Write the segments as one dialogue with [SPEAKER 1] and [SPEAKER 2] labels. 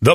[SPEAKER 1] The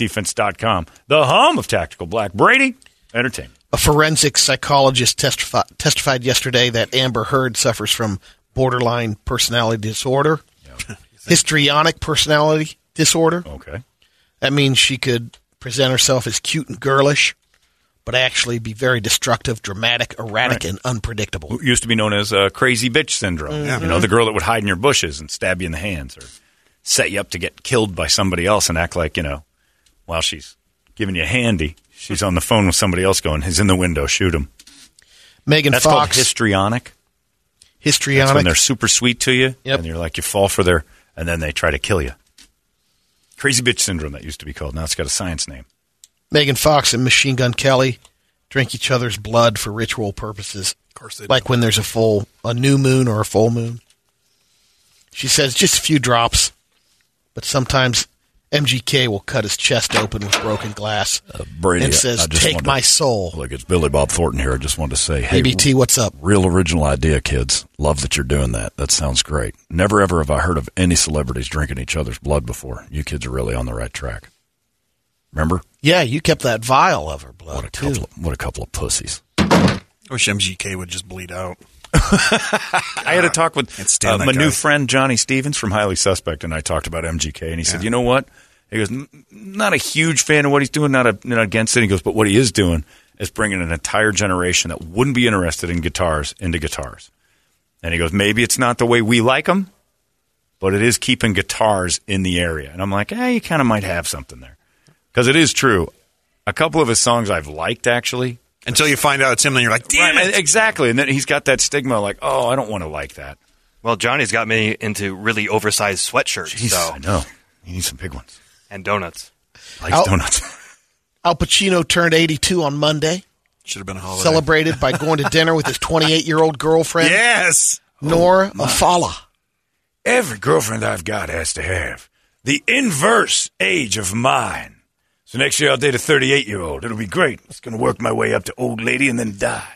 [SPEAKER 1] ReactDefense.com, the home of tactical black. Brady, entertainment.
[SPEAKER 2] A forensic psychologist testif- testified yesterday that Amber Heard suffers from borderline personality disorder, histrionic personality disorder.
[SPEAKER 1] Okay.
[SPEAKER 2] That means she could present herself as cute and girlish, but actually be very destructive, dramatic, erratic, and unpredictable.
[SPEAKER 1] who used to be known as uh, crazy bitch syndrome. You
[SPEAKER 2] Mm-hmm.
[SPEAKER 1] know, the girl that would hide in your bushes and stab you in the hands or set you up to get killed by somebody else and act like, you know, while she's giving you a handy, she's on the phone with somebody else going, he's in the window, shoot him.
[SPEAKER 2] Megan
[SPEAKER 1] That's called
[SPEAKER 2] Fox,
[SPEAKER 1] histrionic. That's when
[SPEAKER 2] histrionic.
[SPEAKER 1] they're super sweet to you.
[SPEAKER 2] Yep.
[SPEAKER 1] And you're like, you fall for their, and then they try to kill you. Crazy bitch syndrome, that used to be called. Now it's got a science name.
[SPEAKER 2] Megan Fox and Machine Gun Kelly drink each other's blood for ritual purposes. Of
[SPEAKER 3] course they do.
[SPEAKER 2] Like when there's a full a new moon or a full moon. She says just a few drops, but sometimes MGK will cut his chest open with broken glass
[SPEAKER 1] Uh, Brady
[SPEAKER 2] and says, "Take my soul."
[SPEAKER 1] Look, it's Billy Bob Thornton here. I just wanted to say, hey,
[SPEAKER 2] ABT, what's up?
[SPEAKER 1] Real original idea, kids. Love that you're doing that. That sounds great. Never ever have I heard of any celebrities drinking each other's blood before. You kids are really on the right track. Remember?
[SPEAKER 2] Yeah, you kept that vial of her blood
[SPEAKER 1] What a
[SPEAKER 2] too.
[SPEAKER 1] couple of, what a couple of pussies.
[SPEAKER 3] wish MGK would just bleed out.
[SPEAKER 1] I had a talk with
[SPEAKER 3] Ah, Can't stand
[SPEAKER 1] uh,
[SPEAKER 3] that
[SPEAKER 1] my
[SPEAKER 3] guy.
[SPEAKER 1] new friend Johnny Stevens from Highly Suspect, and I talked about MGK, and he said,
[SPEAKER 3] Yeah.
[SPEAKER 1] "You know what?" He goes, "N- "Not a huge fan of what he's doing, not a not against it." He goes, "But what he is doing is bringing an entire generation that wouldn't be interested in guitars into guitars." And he goes, "Maybe it's not the way we like them, but it is keeping guitars in the area. And I'm like, eh, you kind of might have something there. Because it is true. A couple of his songs I've liked, actually.
[SPEAKER 3] Until you find out it's him, then you're like, damn
[SPEAKER 1] Right,
[SPEAKER 3] it.
[SPEAKER 1] Exactly. And then he's got that stigma like, oh, I don't want to like that.
[SPEAKER 4] Well, Johnny's got me into really oversized sweatshirts
[SPEAKER 1] Jeez,
[SPEAKER 4] so,
[SPEAKER 1] I know. You need some big ones.
[SPEAKER 4] and donuts.
[SPEAKER 1] Like
[SPEAKER 2] I'll-
[SPEAKER 1] donuts.
[SPEAKER 2] Al Pacino turned 82 on Monday,
[SPEAKER 3] Should have been a holiday.
[SPEAKER 2] celebrated by going to dinner with his 28 year old girlfriend,
[SPEAKER 3] Yes. Oh,
[SPEAKER 2] Nora Afala.
[SPEAKER 1] Every girlfriend I've got has to have the inverse age of mine. So next year I'll date a 38 year old. It'll be great. It's going to work my way up to old lady and then die.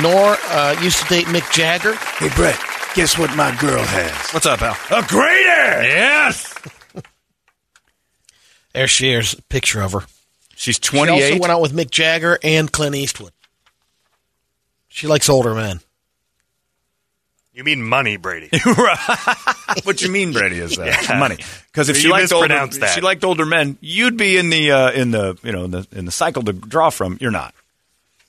[SPEAKER 2] Nora uh, used to date Mick Jagger.
[SPEAKER 1] Hey, Brett, guess what my girl has?
[SPEAKER 3] What's up, Al?
[SPEAKER 1] A grater! Yes!
[SPEAKER 2] There she is, a picture of her.
[SPEAKER 1] She's
[SPEAKER 2] She also
[SPEAKER 1] 28.
[SPEAKER 2] went out with Mick Jagger and Clint Eastwood. She likes older men.
[SPEAKER 4] You mean money, Brady?
[SPEAKER 1] what you mean, Brady, is that money? Because if
[SPEAKER 4] You
[SPEAKER 1] she liked older,
[SPEAKER 4] mispronounced that.
[SPEAKER 1] she liked older men, you'd be in the uh, in the you know in the, in the cycle to draw from. You're not.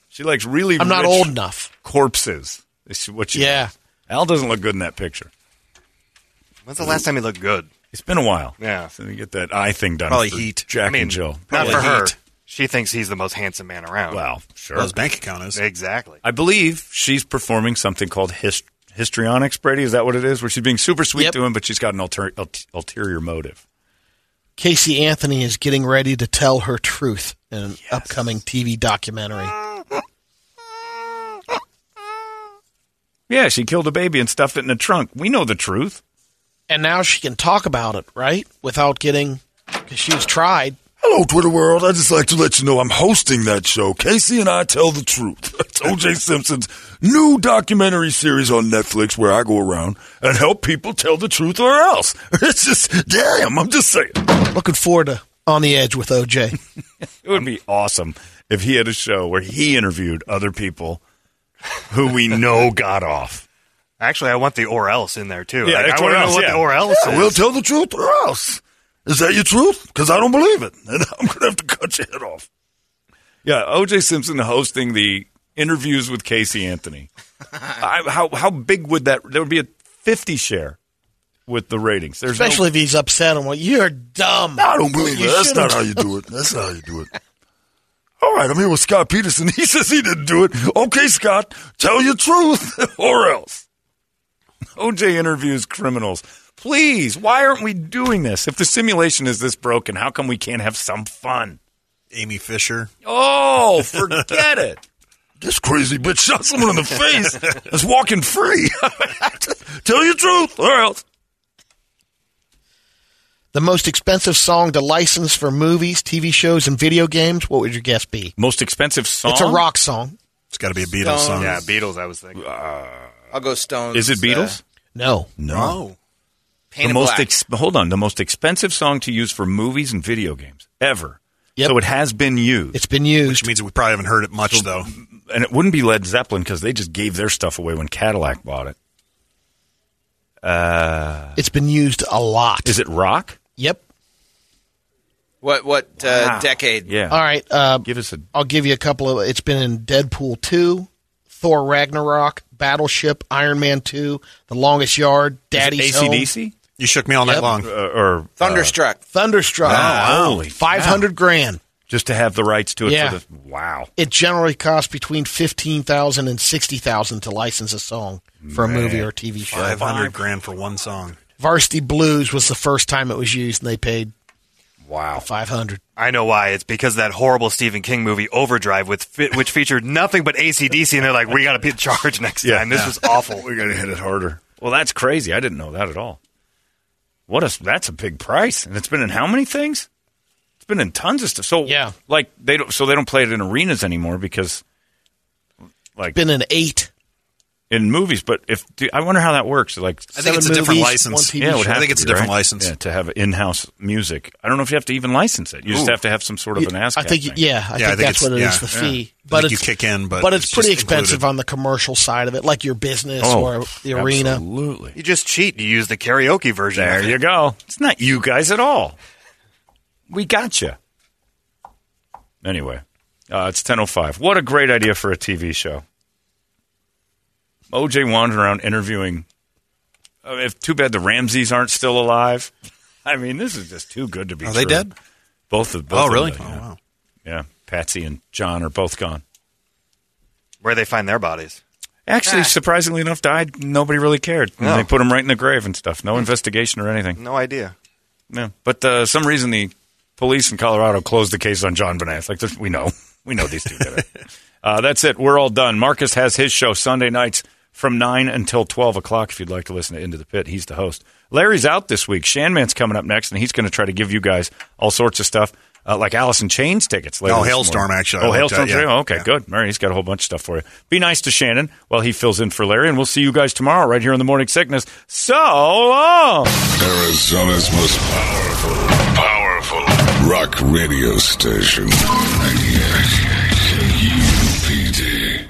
[SPEAKER 1] She likes really.
[SPEAKER 2] I'm not
[SPEAKER 1] rich
[SPEAKER 2] old enough.
[SPEAKER 1] Corpses. Is what she
[SPEAKER 2] Yeah.
[SPEAKER 1] likes. Al doesn't look good in that picture.
[SPEAKER 4] When's the last time he looked good?
[SPEAKER 1] It's been a while.
[SPEAKER 4] Yeah.
[SPEAKER 1] So you get that eye thing done.
[SPEAKER 3] Probably
[SPEAKER 1] for
[SPEAKER 3] heat.
[SPEAKER 1] Jack
[SPEAKER 4] I mean,
[SPEAKER 1] and Jill.
[SPEAKER 4] not
[SPEAKER 3] Probably
[SPEAKER 4] for her.
[SPEAKER 3] heat.
[SPEAKER 4] She thinks he's the most handsome man around.
[SPEAKER 1] Well, sure.
[SPEAKER 3] Well, his bank account is.
[SPEAKER 4] exactly.
[SPEAKER 1] I believe she's performing something called hist- histrionics. Brady, is that what it is? Where she's being super sweet
[SPEAKER 2] Yep.
[SPEAKER 1] to him, but she's got an alter- ult- ulterior motive.
[SPEAKER 2] Casey Anthony is getting ready to tell her truth in an upcoming TV documentary.
[SPEAKER 1] Yeah, she killed a baby and stuffed it in a trunk. We know the truth.
[SPEAKER 2] And now she can talk about it, right? Without getting. Because she was tried.
[SPEAKER 5] Hello, Twitter world. I'd just like to let you know I'm hosting that show, Casey and I Tell the Truth. It's O.J. Simpson's new documentary series on Netflix where I go around and help people tell the truth or else. It's just, damn, I'm just saying.
[SPEAKER 2] Looking forward to On the Edge with OJ.
[SPEAKER 1] It would be awesome if he had a show where he interviewed other people who we know got off.
[SPEAKER 4] Actually, I want the or else in there too.
[SPEAKER 1] Yeah,
[SPEAKER 4] Like,
[SPEAKER 1] it's
[SPEAKER 4] I want
[SPEAKER 1] or
[SPEAKER 4] to know
[SPEAKER 1] else,
[SPEAKER 4] what
[SPEAKER 1] yeah.
[SPEAKER 4] the or else
[SPEAKER 5] I
[SPEAKER 4] is.
[SPEAKER 5] will tell the truth or else. Is that your truth? Because I don't believe it. And I'm going to have to cut your head off.
[SPEAKER 1] Yeah, O.J. Simpson hosting the interviews with Casey Anthony. I, how how big would that? There would be a fifty share with the ratings. There's no-
[SPEAKER 2] Especially if he's upset and what you're dumb.
[SPEAKER 5] I don't believe
[SPEAKER 2] You
[SPEAKER 5] that. That's
[SPEAKER 2] shouldn't.
[SPEAKER 5] not how you do it. That's not how you do it. All right, I'm here with Scott Peterson. He says he didn't do it. Okay, Scott, tell your truth or else.
[SPEAKER 1] O.J. interviews criminals. Please, why aren't we doing this? If the simulation is this broken, how come we can't have some fun?
[SPEAKER 3] Amy Fisher.
[SPEAKER 1] Oh, forget it.
[SPEAKER 5] This crazy bitch shot someone in the face that's walking free. tell your truth or else.
[SPEAKER 2] The most expensive song to license for movies, TV shows, and video games, what would your guess be?
[SPEAKER 1] Most expensive song.
[SPEAKER 2] It's a rock song.
[SPEAKER 3] It's got to be a Beatles song.
[SPEAKER 4] Yeah, Beatles. I was thinking.
[SPEAKER 6] I'll go Stones.
[SPEAKER 1] Is it Beatles?
[SPEAKER 6] Uh,
[SPEAKER 2] No.
[SPEAKER 3] No.
[SPEAKER 6] Paint
[SPEAKER 1] the
[SPEAKER 6] in
[SPEAKER 1] most
[SPEAKER 6] Black.
[SPEAKER 1] ex- hold on the most expensive song to use for movies and video games ever.
[SPEAKER 2] Yep.
[SPEAKER 1] So it has been used,
[SPEAKER 2] It's been used.
[SPEAKER 3] Which means we probably haven't heard it much, though.
[SPEAKER 1] and it wouldn't be Led Zeppelin because they just gave their stuff away when Cadillac bought it.
[SPEAKER 2] It's been used a lot.
[SPEAKER 1] Is it rock?
[SPEAKER 2] Yep.
[SPEAKER 6] What what uh, decade?
[SPEAKER 1] Yeah.
[SPEAKER 2] All right. Uh,
[SPEAKER 1] Give us a.
[SPEAKER 2] I'll give you a couple of. It's been in Deadpool 2, Thor Ragnarok, Battleship, Iron Man 2, The Longest Yard, Daddy's Home,
[SPEAKER 1] ACDC
[SPEAKER 3] You shook me all night
[SPEAKER 2] Yep.
[SPEAKER 3] long.
[SPEAKER 1] uh, or
[SPEAKER 6] Thunderstruck.
[SPEAKER 2] Thunderstruck.
[SPEAKER 1] Wow. Holy
[SPEAKER 2] 500 grand.
[SPEAKER 1] just to have the rights to it.
[SPEAKER 2] Yeah.
[SPEAKER 1] For the, wow.
[SPEAKER 2] It generally costs between 15000 and 60000 to license a song for a movie or TV show.
[SPEAKER 3] 500 grand for one song.
[SPEAKER 2] Varsity Blues was the first time it was used, and they paid
[SPEAKER 1] Wow.
[SPEAKER 2] 500
[SPEAKER 4] I know why. It's because that horrible Stephen King movie Overdrive, with fi- which featured nothing but ACDC, and they're like, "We got to be in charge next
[SPEAKER 1] Yeah.
[SPEAKER 4] time. This was awful."
[SPEAKER 1] We gotta hit it harder. Well, that's crazy. I didn't know that at all. What a that's a big price, and it's been in how many things? It's been in tons of stuff. So
[SPEAKER 2] Yeah.
[SPEAKER 1] like they don't. So they don't play it in arenas anymore because, like
[SPEAKER 2] Been in eight.
[SPEAKER 1] in movies. But if do- I wonder how that works, like
[SPEAKER 3] I think
[SPEAKER 2] Seven
[SPEAKER 3] it's a different
[SPEAKER 2] movies,
[SPEAKER 3] license.
[SPEAKER 2] one TV
[SPEAKER 1] yeah, it would
[SPEAKER 2] show.
[SPEAKER 1] have
[SPEAKER 3] I think
[SPEAKER 1] to
[SPEAKER 3] it's a
[SPEAKER 1] be,
[SPEAKER 3] different
[SPEAKER 1] right?
[SPEAKER 3] license.
[SPEAKER 1] yeah, to have in-house music. I don't know if you have to even license it. You just
[SPEAKER 3] Ooh.
[SPEAKER 1] have to have some sort of an ask.
[SPEAKER 2] I think, yeah, I
[SPEAKER 3] Yeah, I
[SPEAKER 2] think
[SPEAKER 3] think
[SPEAKER 2] that's
[SPEAKER 3] it's-
[SPEAKER 2] what it is.
[SPEAKER 3] yeah,
[SPEAKER 2] the
[SPEAKER 3] yeah.
[SPEAKER 2] fee.
[SPEAKER 3] I think you kick in, but
[SPEAKER 2] it's,
[SPEAKER 3] it's
[SPEAKER 2] pretty
[SPEAKER 3] just included.
[SPEAKER 2] expensive on the commercial side of it, like your business
[SPEAKER 1] Oh,
[SPEAKER 2] or the arena.
[SPEAKER 1] Absolutely.
[SPEAKER 4] You just cheat. You use the karaoke version.
[SPEAKER 1] There
[SPEAKER 4] of it.
[SPEAKER 1] you go. It's not you guys at all. We got you. Anyway, uh, it's 10.05. What a great idea for a TV show. OJ wandered around interviewing Uh, if too bad the Ramses aren't still alive. I mean, this is just too good to be.
[SPEAKER 3] Are they
[SPEAKER 1] true.
[SPEAKER 3] dead?
[SPEAKER 1] Both of both.
[SPEAKER 3] Oh,
[SPEAKER 1] of
[SPEAKER 3] really?
[SPEAKER 1] them,
[SPEAKER 3] Oh,
[SPEAKER 1] yeah.
[SPEAKER 3] wow.
[SPEAKER 1] yeah, Patsy and John are both gone.
[SPEAKER 4] Where they find their bodies?
[SPEAKER 1] Actually,
[SPEAKER 6] Ah.
[SPEAKER 1] surprisingly enough, died. Nobody really cared. And
[SPEAKER 4] No.
[SPEAKER 3] Oh.
[SPEAKER 1] They put him right in the grave and stuff. No investigation or anything.
[SPEAKER 4] No idea.
[SPEAKER 1] Yeah. But uh, some reason the police in Colorado closed the case on John Bonas. Like this, we know, we know these two did it. Uh, that's it. We're all done. Marcus has his show Sunday nights from nine until twelve o'clock. If you'd like to listen to Into the Pit, he's the host. Larry's out this week. Shanman's coming up next, and he's going to try to give you guys all sorts of stuff. Uh, like Allison Chains tickets later.
[SPEAKER 3] Oh,
[SPEAKER 1] this
[SPEAKER 3] Hailstorm,
[SPEAKER 1] morning.
[SPEAKER 3] actually. I
[SPEAKER 1] Oh,
[SPEAKER 3] looked at,
[SPEAKER 1] Hailstorm.
[SPEAKER 3] yeah.
[SPEAKER 1] too? Oh, okay,
[SPEAKER 3] Yeah.
[SPEAKER 1] good. Mary, he's got a whole bunch of stuff for you. Be nice to Shannon while he fills in for Larry, and we'll see you guys tomorrow right here on the Morning Sickness. So long.
[SPEAKER 7] Arizona's most powerful, powerful rock radio station. 98 KUPD.